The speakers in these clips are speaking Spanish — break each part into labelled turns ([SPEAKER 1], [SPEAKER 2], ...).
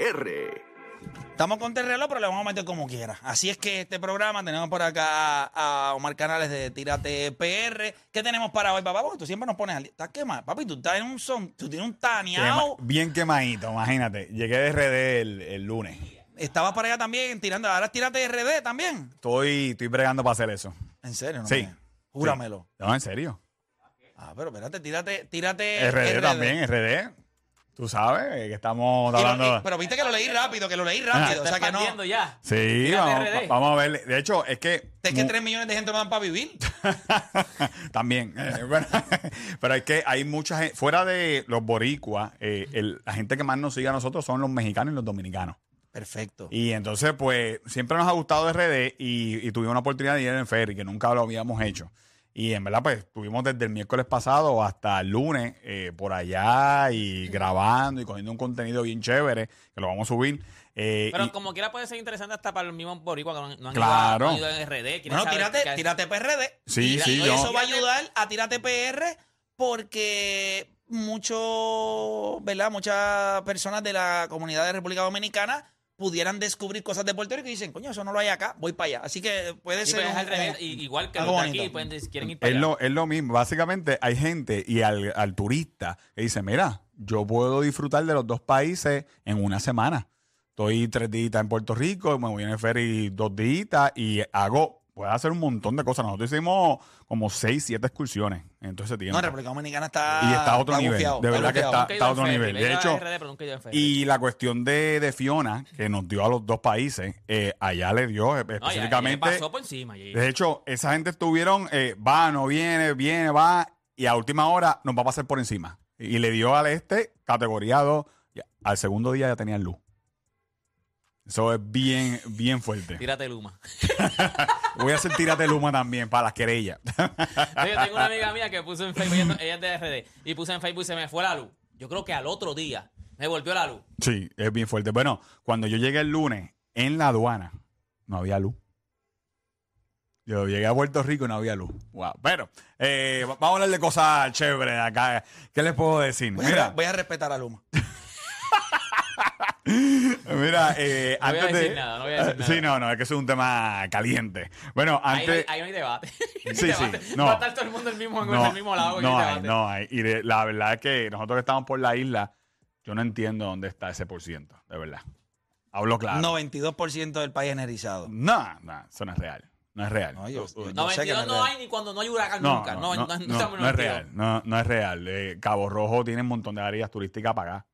[SPEAKER 1] PR.
[SPEAKER 2] Estamos contra el reloj, pero le vamos a meter como quiera. Así es que este programa tenemos por acá a Omar Canales de Tírate PR. ¿Qué tenemos para hoy, papá? Porque tú siempre nos pones al día. ¿Estás quemado? Papi, tú estás en un son, tú tienes un taneado.
[SPEAKER 3] Quema- bien quemadito, imagínate. Llegué de RD el, el lunes.
[SPEAKER 2] Estabas para allá también tirando. Ahora es Tírate RD también.
[SPEAKER 3] Estoy, estoy bregando para hacer eso.
[SPEAKER 2] En serio, ¿no?
[SPEAKER 3] Sí.
[SPEAKER 2] me- Júramelo.
[SPEAKER 3] No, en serio.
[SPEAKER 2] Ah, pero espérate, tírate, tírate
[SPEAKER 3] RD, también, RD. Tú sabes eh, que estamos
[SPEAKER 2] Y lo-
[SPEAKER 3] hablando. Ah.
[SPEAKER 2] y- pero viste que lo leí rápido, que lo leí rápido. O sea que no.
[SPEAKER 4] expandiendo ya.
[SPEAKER 3] sí,
[SPEAKER 4] Tírate
[SPEAKER 3] vamos,
[SPEAKER 4] RD.
[SPEAKER 3] va- vamos a ver. De hecho, es que.
[SPEAKER 2] Es que
[SPEAKER 3] mu-
[SPEAKER 2] 3 millones de gente no dan para vivir.
[SPEAKER 3] También. eh, bueno, pero es que hay mucha gente. Fuera de los boricuas, eh, el- la gente que más nos sigue a nosotros son los mexicanos y los dominicanos.
[SPEAKER 2] Perfecto.
[SPEAKER 3] Y entonces, pues, siempre nos ha gustado RD y, y tuvimos una oportunidad de ir en ferry, que nunca lo habíamos hecho. Y en verdad, pues, tuvimos desde el miércoles pasado hasta el lunes eh, por allá y grabando y cogiendo un contenido bien chévere, que lo vamos a subir. Eh,
[SPEAKER 4] Pero
[SPEAKER 3] y-
[SPEAKER 4] como quiera puede ser interesante hasta para los mismos boricuas que no han, no han
[SPEAKER 3] Claro.
[SPEAKER 4] ido, a- no han ido en RD. quieren
[SPEAKER 2] Bueno,
[SPEAKER 4] saber qué
[SPEAKER 2] tírate,
[SPEAKER 4] hay.
[SPEAKER 2] tírate PRD.
[SPEAKER 3] Sí,
[SPEAKER 2] Y-
[SPEAKER 3] sí,
[SPEAKER 2] y
[SPEAKER 3] yo-
[SPEAKER 2] Eso va a ayudar a Tírate PR porque muchos, ¿verdad? Muchas personas de la comunidad de República Dominicana pudieran descubrir cosas de Puerto Rico y dicen, coño, eso no lo hay acá, voy para allá. Así que puede
[SPEAKER 4] Sí,
[SPEAKER 2] ser...
[SPEAKER 4] pues, es
[SPEAKER 2] un- eh,
[SPEAKER 4] al revés, y- igual que los
[SPEAKER 2] algo
[SPEAKER 4] de
[SPEAKER 2] bonito.
[SPEAKER 4] aquí, pueden, decir, quieren ir para
[SPEAKER 3] es
[SPEAKER 4] allá.
[SPEAKER 3] lo, es lo mismo. Básicamente hay gente y al, al turista que dice, mira, yo puedo disfrutar de los dos países en una semana. Estoy tres días en Puerto Rico, me voy en el ferry dos días y hago, puedo hacer un montón de cosas. Nosotros hicimos como seis, siete excursiones en todo ese tiempo.
[SPEAKER 2] No, República Dominicana está...
[SPEAKER 3] y está a otro nivel.
[SPEAKER 2] gufiado,
[SPEAKER 3] de verdad que
[SPEAKER 2] gufiado.
[SPEAKER 3] está,
[SPEAKER 4] Nunca he
[SPEAKER 3] está
[SPEAKER 4] ido
[SPEAKER 3] a
[SPEAKER 4] en
[SPEAKER 3] otro
[SPEAKER 4] ferry,
[SPEAKER 3] nivel.
[SPEAKER 4] he
[SPEAKER 3] De
[SPEAKER 4] ido a
[SPEAKER 3] hecho,
[SPEAKER 4] RD, pero nunca he ido en ferry.
[SPEAKER 3] y la cuestión de, de Fiona, que nos dio a los dos países, eh, allá le dio eh,
[SPEAKER 4] No, ya- ya
[SPEAKER 3] específicamente.
[SPEAKER 4] pasó por encima. ya-
[SPEAKER 3] De hecho, esa gente estuvieron, eh, va, no viene, viene, va, y a última hora nos va a pasar por encima. Y le dio al este categoría 2, y al segundo día ya tenían luz. Eso es bien, bien fuerte.
[SPEAKER 4] Tírate Luma.
[SPEAKER 3] Voy a hacer tírate luma también para las querellas.
[SPEAKER 4] Yo tengo una amiga mía que puso en Facebook, ella, ella es de RD, y puso en Facebook y se me fue la luz. Yo creo que al otro día me volvió la luz.
[SPEAKER 3] Sí, es bien fuerte. Bueno, cuando yo llegué el lunes en la aduana, no había luz. Yo llegué a Puerto Rico y no había luz. Wow. Pero eh, vamos a hablar de cosas chéveres acá. ¿Qué les puedo decir?
[SPEAKER 2] Voy a-
[SPEAKER 3] Mira,
[SPEAKER 2] voy a respetar a Luma.
[SPEAKER 3] Mira, eh,
[SPEAKER 4] No voy a
[SPEAKER 3] antes
[SPEAKER 4] decir
[SPEAKER 3] de.
[SPEAKER 4] nada, no voy a decir nada.
[SPEAKER 3] Sí, no, no, es que eso es un tema caliente. Bueno,
[SPEAKER 4] Ahí, no hay-
[SPEAKER 3] antes.
[SPEAKER 4] ahí no hay debate. No hay
[SPEAKER 3] Sí, sí,
[SPEAKER 4] debate.
[SPEAKER 3] no.
[SPEAKER 4] Va a estar todo el mundo el mismo, en el mismo lado. y
[SPEAKER 3] no
[SPEAKER 4] hay
[SPEAKER 3] hay,
[SPEAKER 4] debate.
[SPEAKER 3] no hay. Y de- la verdad es que nosotros que estamos por la isla, yo no entiendo dónde está ese por ciento, de verdad. Hablo claro.
[SPEAKER 2] 92% del país enerizado.
[SPEAKER 3] No, no, eso no es real. No es real.
[SPEAKER 2] No, yo-
[SPEAKER 3] Uh, uh,
[SPEAKER 2] yo-
[SPEAKER 4] No,
[SPEAKER 2] sé que
[SPEAKER 4] 22
[SPEAKER 2] no es
[SPEAKER 4] no
[SPEAKER 2] real.
[SPEAKER 4] hay ni cuando no hay huracán
[SPEAKER 3] no,
[SPEAKER 4] nunca.
[SPEAKER 3] no,
[SPEAKER 4] No, no, no,
[SPEAKER 3] no,
[SPEAKER 4] estamos en
[SPEAKER 3] no es
[SPEAKER 4] 22.
[SPEAKER 3] real. No, no es real. Eh, Cabo Rojo tiene un montón de áreas turísticas pagadas.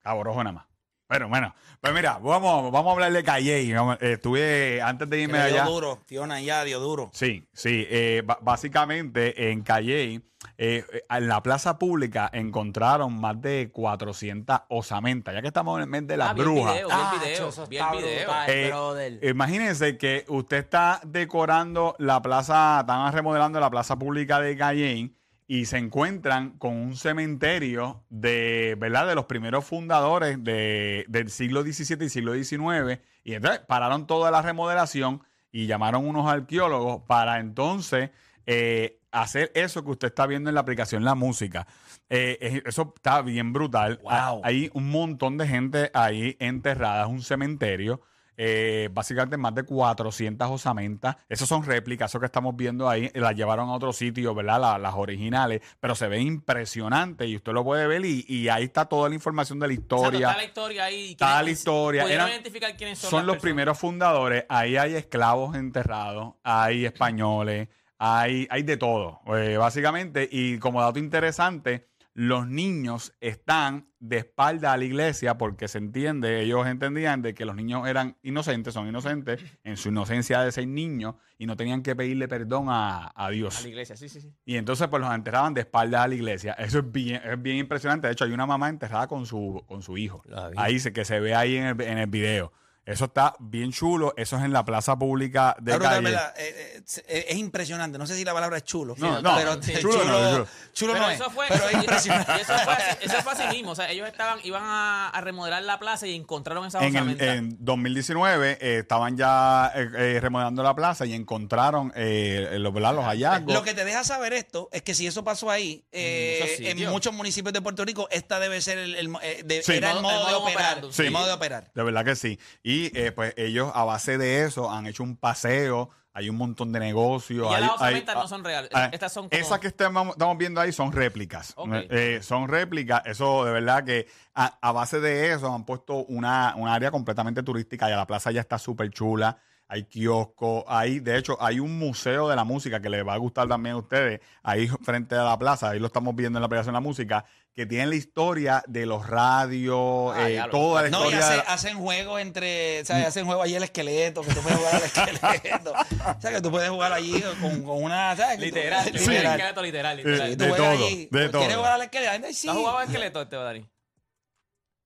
[SPEAKER 3] Cabo Rojo nada más. Bueno, bueno. Pues mira, vamos, vamos a hablar de Calle. y vamos- eh, estuve, antes de
[SPEAKER 2] Que
[SPEAKER 3] irme
[SPEAKER 2] le dio
[SPEAKER 3] allá.
[SPEAKER 2] duro, Fiona ya dio duro.
[SPEAKER 3] Sí, sí. eh, ba- básicamente en Calle, eh, eh, en la plaza pública encontraron más de 400 osamentas, ya que estamos en el mes de las
[SPEAKER 4] Ah, vi el
[SPEAKER 3] brujas.
[SPEAKER 4] video, vi el video, vi el video.
[SPEAKER 3] Eh, imagínense que usted está decorando la plaza, están remodelando la plaza pública de Cayenne y se encuentran con un cementerio de, ¿verdad? De los primeros fundadores de- del siglo XVII y siglo XIX. Y entonces pararon toda la remodelación y llamaron unos arqueólogos para entonces eh, hacer eso que usted está viendo en la aplicación La Música. Eh, es- eso está bien brutal.
[SPEAKER 2] Wow.
[SPEAKER 3] Ha- Hay un montón de gente ahí enterrada, es un cementerio. eh, básicamente más de 400 osamentas. Esas son réplicas, eso que estamos viendo ahí. eh, Las llevaron a otro sitio, ¿verdad? La- las originales. Pero se ve impresionante y usted lo puede ver. Y, y ahí está toda la información de la
[SPEAKER 4] O sea,
[SPEAKER 3] historia.
[SPEAKER 4] está la historia ahí.
[SPEAKER 3] Está
[SPEAKER 4] ¿Quiénes-
[SPEAKER 3] la historia.
[SPEAKER 4] pudieron
[SPEAKER 3] Eran-
[SPEAKER 4] identificar quiénes son,
[SPEAKER 3] son
[SPEAKER 4] las
[SPEAKER 3] los
[SPEAKER 4] personas?
[SPEAKER 3] primeros fundadores. Ahí hay esclavos enterrados, hay españoles, hay, hay de todo, eh, básicamente. Y como dato interesante, los niños están de espalda a la iglesia porque se entiende, ellos entendían de que los niños eran inocentes, son inocentes, en su inocencia de ser niños y no tenían que pedirle perdón a, a Dios.
[SPEAKER 4] A la iglesia, sí, sí, sí.
[SPEAKER 3] Y entonces pues los enterraban de espaldas a la iglesia. Eso es bien, es bien impresionante. De hecho, hay una mamá enterrada con su, con su hijo. Ahí se, que se ve ahí en el, en el video. Eso está bien chulo. Eso es en la plaza pública de
[SPEAKER 2] La brutal,
[SPEAKER 3] Calle.
[SPEAKER 2] ¿verdad? Eh, eh, es, es impresionante. No sé si la palabra es chulo.
[SPEAKER 3] No, no,
[SPEAKER 2] pero
[SPEAKER 4] sí.
[SPEAKER 2] chulo,
[SPEAKER 3] Chulo no,
[SPEAKER 2] chulo,
[SPEAKER 3] chulo.
[SPEAKER 2] no
[SPEAKER 4] pero
[SPEAKER 2] es.
[SPEAKER 4] eso fue,
[SPEAKER 2] pero es
[SPEAKER 4] y-
[SPEAKER 2] impresionante.
[SPEAKER 4] y eso fue, así- eso fue así mismo. O sea, ellos estaban, iban a, a remodelar la plaza y encontraron esa
[SPEAKER 3] En, el-
[SPEAKER 4] osamenta.
[SPEAKER 3] en 2019 eh, estaban ya eh, eh, remodelando la plaza y encontraron eh, eh, los, ¿verdad? los hallazgos.
[SPEAKER 2] Lo que te deja saber esto es que si eso pasó ahí, eh,
[SPEAKER 4] muchos sitios.
[SPEAKER 2] en muchos municipios de Puerto Rico, esta debe ser el, el mo- eh, de-
[SPEAKER 3] Sí.
[SPEAKER 2] era el
[SPEAKER 4] El
[SPEAKER 2] modo,
[SPEAKER 4] modo- el
[SPEAKER 2] de
[SPEAKER 4] modo
[SPEAKER 2] operar.
[SPEAKER 4] operando.
[SPEAKER 3] Sí.
[SPEAKER 2] El modo de operar.
[SPEAKER 3] De verdad que sí. Y eh, pues ellos a base de eso han hecho un paseo, hay un montón de negocios.
[SPEAKER 4] Y ya
[SPEAKER 3] hay-
[SPEAKER 4] las
[SPEAKER 3] hay-
[SPEAKER 4] osamentas no son reales.
[SPEAKER 3] ah,
[SPEAKER 4] Estas son como...
[SPEAKER 3] Esas que estamos, estamos viendo ahí son réplicas.
[SPEAKER 4] Ok.
[SPEAKER 3] Eh, son réplicas. Eso de verdad que a, a base de eso han puesto una, un área completamente turística y la plaza ya está súper chula. Hay kioscos, hay, de hecho, hay un museo de la música que les va a gustar también a ustedes, ahí frente a la plaza, ahí lo estamos viendo en la aplicación de la música, que tiene la historia de los radios,
[SPEAKER 4] Ah,
[SPEAKER 3] eh,
[SPEAKER 4] ya lo-
[SPEAKER 3] toda la
[SPEAKER 2] No, y
[SPEAKER 3] historia. de
[SPEAKER 2] hace-
[SPEAKER 3] la-
[SPEAKER 2] hacen juegos entre, ¿sabes? Hacen juegos allí el esqueleto, que tú puedes jugar al esqueleto. o sea, que tú puedes jugar allí con, con una, ¿sabes?
[SPEAKER 4] Literal,
[SPEAKER 2] Sí.
[SPEAKER 4] literal, esqueleto literal, literal.
[SPEAKER 2] Sí,
[SPEAKER 3] Eh,
[SPEAKER 2] tú
[SPEAKER 3] de
[SPEAKER 2] juegas
[SPEAKER 3] todo,
[SPEAKER 2] allí.
[SPEAKER 3] de
[SPEAKER 2] ¿Quieres
[SPEAKER 3] todo.
[SPEAKER 2] jugar al esqueleto? Ay, Sí.
[SPEAKER 4] ¿Has jugado esqueleto este, Dani?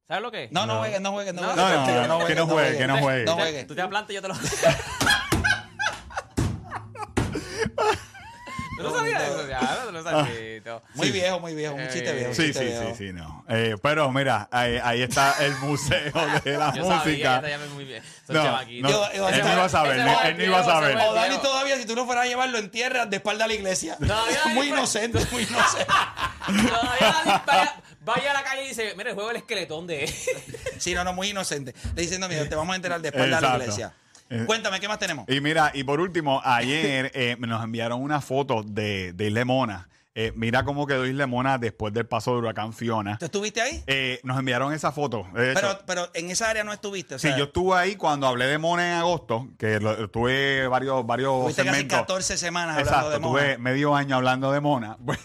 [SPEAKER 4] ¿Sabes lo que es?
[SPEAKER 2] No, no juegues, no juegues, no
[SPEAKER 4] No,
[SPEAKER 2] juegues.
[SPEAKER 4] no, no,
[SPEAKER 2] tranquilo,
[SPEAKER 3] no, que no juegue, que no juegue.
[SPEAKER 2] No
[SPEAKER 4] Tú te-
[SPEAKER 2] juegues.
[SPEAKER 4] Tú te aplantas y yo te lo... ¿Tú no sabías eso? Ya, no te lo sabía.
[SPEAKER 2] Muy viejo, muy viejo, un chiste
[SPEAKER 4] Eh,
[SPEAKER 2] viejo. un
[SPEAKER 3] Sí,
[SPEAKER 2] chiste
[SPEAKER 3] sí,
[SPEAKER 2] viejo.
[SPEAKER 3] sí, sí, no. Eh, pero mira, ahí, ahí está el museo de la
[SPEAKER 4] Yo
[SPEAKER 3] Ah, música.
[SPEAKER 4] sabía, ya sabía muy bien. Son
[SPEAKER 3] No, no,
[SPEAKER 4] chamaquitos.
[SPEAKER 2] Yo- yo-
[SPEAKER 3] él no iba a saber,
[SPEAKER 4] ese
[SPEAKER 3] no-
[SPEAKER 4] joven
[SPEAKER 3] él no iba a
[SPEAKER 4] viejo se
[SPEAKER 3] saber.
[SPEAKER 4] fue.
[SPEAKER 2] O Dani todavía, si tú no fueras a llevarlo en tierra, de espalda a la iglesia.
[SPEAKER 4] Todavía
[SPEAKER 2] muy
[SPEAKER 4] Dani-
[SPEAKER 2] inocente, muy inocente.
[SPEAKER 4] Todavía Dani vaya, vaya a la calle y dice, mira, el juego del esqueleto, ¿dónde es?
[SPEAKER 2] Sí, no, no, muy inocente. Le diciendo, mira, te vamos a enterar de espalda a la
[SPEAKER 3] Exacto.
[SPEAKER 2] iglesia.
[SPEAKER 3] Eh.
[SPEAKER 2] Cuéntame, ¿qué más tenemos?
[SPEAKER 3] Y mira, y por último, ayer eh, nos enviaron una foto de, de Isla Mona. Eh, mira cómo quedó Isla Mona después del paso de huracán Fiona.
[SPEAKER 2] ¿Tú estuviste ahí?
[SPEAKER 3] Eh, nos enviaron esa foto. De hecho,
[SPEAKER 2] Pero, eh, pero en esa área no estuviste. O
[SPEAKER 3] sí,
[SPEAKER 2] sea,
[SPEAKER 3] yo estuve ahí cuando hablé de Mona en agosto, que lo- tuve varios, varios
[SPEAKER 2] Fuiste casi
[SPEAKER 3] segmentos.
[SPEAKER 2] 14 semanas hablando
[SPEAKER 3] Exacto,
[SPEAKER 2] de Mona.
[SPEAKER 3] tuve medio año hablando de Mona. Pues,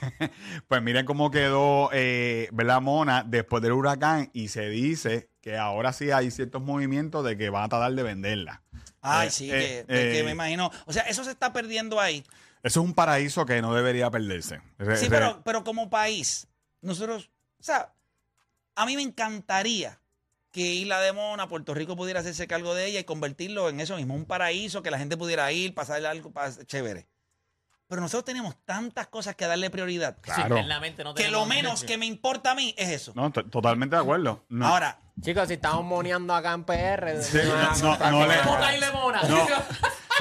[SPEAKER 3] pues miren cómo quedó eh, ¿verdad? Mona después del huracán y se dice que ahora sí hay ciertos movimientos de que van a tratar de venderla.
[SPEAKER 2] Ay,
[SPEAKER 3] Eh,
[SPEAKER 2] sí,
[SPEAKER 3] eh,
[SPEAKER 2] que, que
[SPEAKER 3] eh,
[SPEAKER 2] me imagino. O sea, eso se está perdiendo ahí.
[SPEAKER 3] Eso es un paraíso que no debería perderse. Re-
[SPEAKER 2] Sí,
[SPEAKER 3] re-
[SPEAKER 2] pero, pero como país, nosotros, o sea, a mí me encantaría que Isla de Mona, Puerto Rico pudiera hacerse cargo de ella y convertirlo en eso mismo, un paraíso, que la gente pudiera ir, pasarle algo pas- chévere. Pero nosotros tenemos tantas cosas que darle prioridad,
[SPEAKER 3] Claro.
[SPEAKER 4] Internamente no
[SPEAKER 2] que
[SPEAKER 4] tenemos-
[SPEAKER 2] lo menos que me importa a mí es eso.
[SPEAKER 3] No, to- totalmente de acuerdo. No,
[SPEAKER 2] Ahora,
[SPEAKER 1] Chicos, si estamos moneando acá en PR.
[SPEAKER 3] Sí,
[SPEAKER 1] no,
[SPEAKER 3] no, no,
[SPEAKER 1] está
[SPEAKER 3] no
[SPEAKER 1] bien.
[SPEAKER 3] le-
[SPEAKER 4] Mona y Lemona.
[SPEAKER 3] No.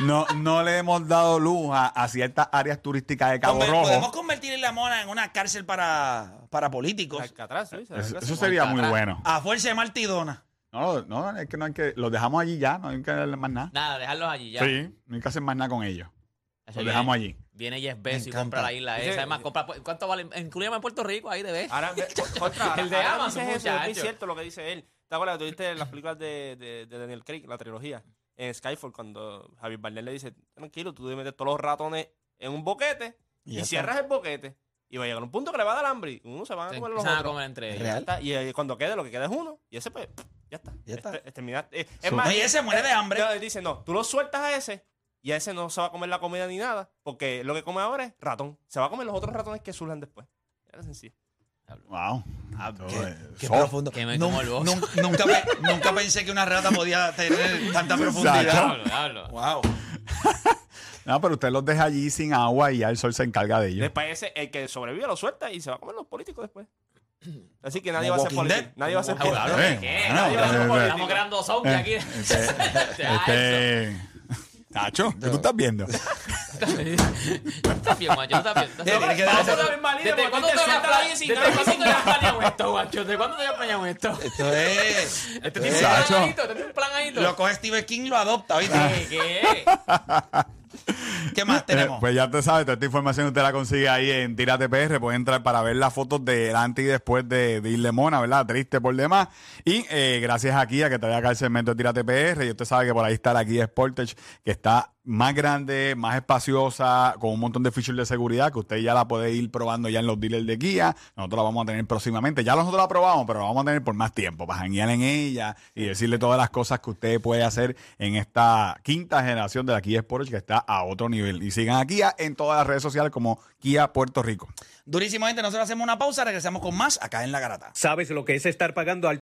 [SPEAKER 3] no, no le hemos dado luz a, a ciertas áreas turísticas de Cabo
[SPEAKER 2] conver-
[SPEAKER 3] Rojo.
[SPEAKER 2] podemos convertir Isla Mona en una cárcel para, para políticos
[SPEAKER 1] Alcatraz, Suiza.
[SPEAKER 3] Eso,
[SPEAKER 1] algo así.
[SPEAKER 3] eso sería muy
[SPEAKER 4] Alcatraz.
[SPEAKER 3] bueno.
[SPEAKER 2] a fuerza de Martidona.
[SPEAKER 3] No, no, es que no hay que. Los dejamos allí ya, no hay que darle más nada.
[SPEAKER 4] Nada, dejarlos allí ya.
[SPEAKER 3] Sí, no hay que hacer más nada con ellos.
[SPEAKER 4] Eso
[SPEAKER 3] Los
[SPEAKER 4] viene-
[SPEAKER 3] dejamos allí.
[SPEAKER 4] Viene Jeff Bezos y
[SPEAKER 2] encanta.
[SPEAKER 4] compra la isla
[SPEAKER 1] Ese-
[SPEAKER 4] esa. Además, compra, ¿cuánto vale? Incluyame en Puerto Rico ahí de vez.
[SPEAKER 5] Ahora, ve- co- contra, ahora-
[SPEAKER 4] El de
[SPEAKER 5] ahora
[SPEAKER 4] Amazon,
[SPEAKER 5] dices eso, es muy
[SPEAKER 4] muchacho.
[SPEAKER 5] cierto lo que dice él. ¿Te acuerdas? Tuviste las películas de, de- de Daniel Craig, la trilogía, en Skyfall, cuando Javier Bardem le dice, tranquilo, tú debes meter todos los ratones en un boquete y,
[SPEAKER 2] ya está.
[SPEAKER 5] cierras el boquete. Y va a llegar un punto que le va a dar hambre y uno se va a comer los
[SPEAKER 4] Empiezan a
[SPEAKER 5] otros.
[SPEAKER 4] comer entre ellos.
[SPEAKER 5] Ya
[SPEAKER 2] Real.
[SPEAKER 5] está, Y eh, cuando quede, lo que queda es uno. Y ese, pues, ya está.
[SPEAKER 2] Ya está.
[SPEAKER 5] Este- este, mira, eh, es
[SPEAKER 3] So-
[SPEAKER 5] más,
[SPEAKER 2] No, y ese muere de hambre.
[SPEAKER 5] no, él dice, no, tú lo sueltas a ese y a ese no se va a comer la comida ni nada, porque lo que come ahora es ratón. Se va a comer los otros ratones que surjan después. Era sencillo.
[SPEAKER 3] Wow. Ah, eh,
[SPEAKER 2] Qué, qué
[SPEAKER 3] Soft.
[SPEAKER 2] profundo.
[SPEAKER 4] que me
[SPEAKER 2] Nun-
[SPEAKER 4] como el box.
[SPEAKER 2] nun- nunca, pe- nunca pensé que una rata podía tener tanta profundidad.
[SPEAKER 3] Exacto.
[SPEAKER 4] Hablo, hablo.
[SPEAKER 2] Wow.
[SPEAKER 3] No, pero usted los deja allí sin agua y ya el sol se encarga de ellos.
[SPEAKER 5] Después ese, el que sobrevive lo suelta y se va a comer los políticos después. Así que nadie va a
[SPEAKER 2] Como
[SPEAKER 5] ser
[SPEAKER 2] Walking
[SPEAKER 5] político.
[SPEAKER 2] Dead.
[SPEAKER 5] Nadie va a ser
[SPEAKER 4] Ah, bueno,
[SPEAKER 5] político.
[SPEAKER 4] hablo,
[SPEAKER 3] Eh,
[SPEAKER 4] ¿qué?
[SPEAKER 3] bueno,
[SPEAKER 4] Nadie va a ser
[SPEAKER 3] eh,
[SPEAKER 4] político.
[SPEAKER 3] eh,
[SPEAKER 4] Estamos creando zombies aquí.
[SPEAKER 2] este,
[SPEAKER 4] Ya,
[SPEAKER 3] Este. Tacho, ¿qué tú estás viendo?
[SPEAKER 4] eso. Estás bien, macho. Estás bien. estás
[SPEAKER 2] Eh, Tiene
[SPEAKER 4] bien.
[SPEAKER 2] que darse-
[SPEAKER 4] Vamos a la misma línea,
[SPEAKER 5] ¿Desde
[SPEAKER 4] porque este
[SPEAKER 5] cuándo
[SPEAKER 4] te
[SPEAKER 5] te
[SPEAKER 4] sueltas
[SPEAKER 5] sueltas
[SPEAKER 4] la-
[SPEAKER 5] ahí sin
[SPEAKER 4] ¿Desde
[SPEAKER 5] nada?
[SPEAKER 4] cuándo te has planeado esto, macho? ¿Desde cuándo te has planeado esto?
[SPEAKER 2] Esto es.
[SPEAKER 4] Este tiene un
[SPEAKER 3] Exacto.
[SPEAKER 4] planadito, este tiene un planadito.
[SPEAKER 2] Lo coge Steve King, lo adopta, ¿viste?
[SPEAKER 4] ¿Qué? ¿Qué?
[SPEAKER 2] ¿Qué más
[SPEAKER 3] Ah. Eh,
[SPEAKER 2] tenemos?
[SPEAKER 3] pues ya te sabes, toda esta información usted la consigue ahí en Tírate PR. Puede entrar para ver las fotos del antes y después de, de Isle Mona, ¿verdad? Triste por demás. Y eh, gracias a Kia que trae acá el segmento de Tírate PR. Y usted sabe que por ahí está la Kia Sportage, que está más grande, más espaciosa, con un montón de features de seguridad que usted ya la puede ir probando ya en los dealers de Kia. Nosotros la vamos a tener próximamente. Ya nosotros la probamos, pero la vamos a tener por más tiempo para janguear en ella y decirle todas las cosas que usted puede hacer en esta quinta generación de la Kia Sportage que está a otro nivel. Y sigan a Kia en todas las redes sociales como Kia Puerto Rico.
[SPEAKER 2] Durísimo, gente. Nosotros hacemos una pausa, regresamos con más acá en la garata.
[SPEAKER 6] ¿Sabes lo que es estar pagando al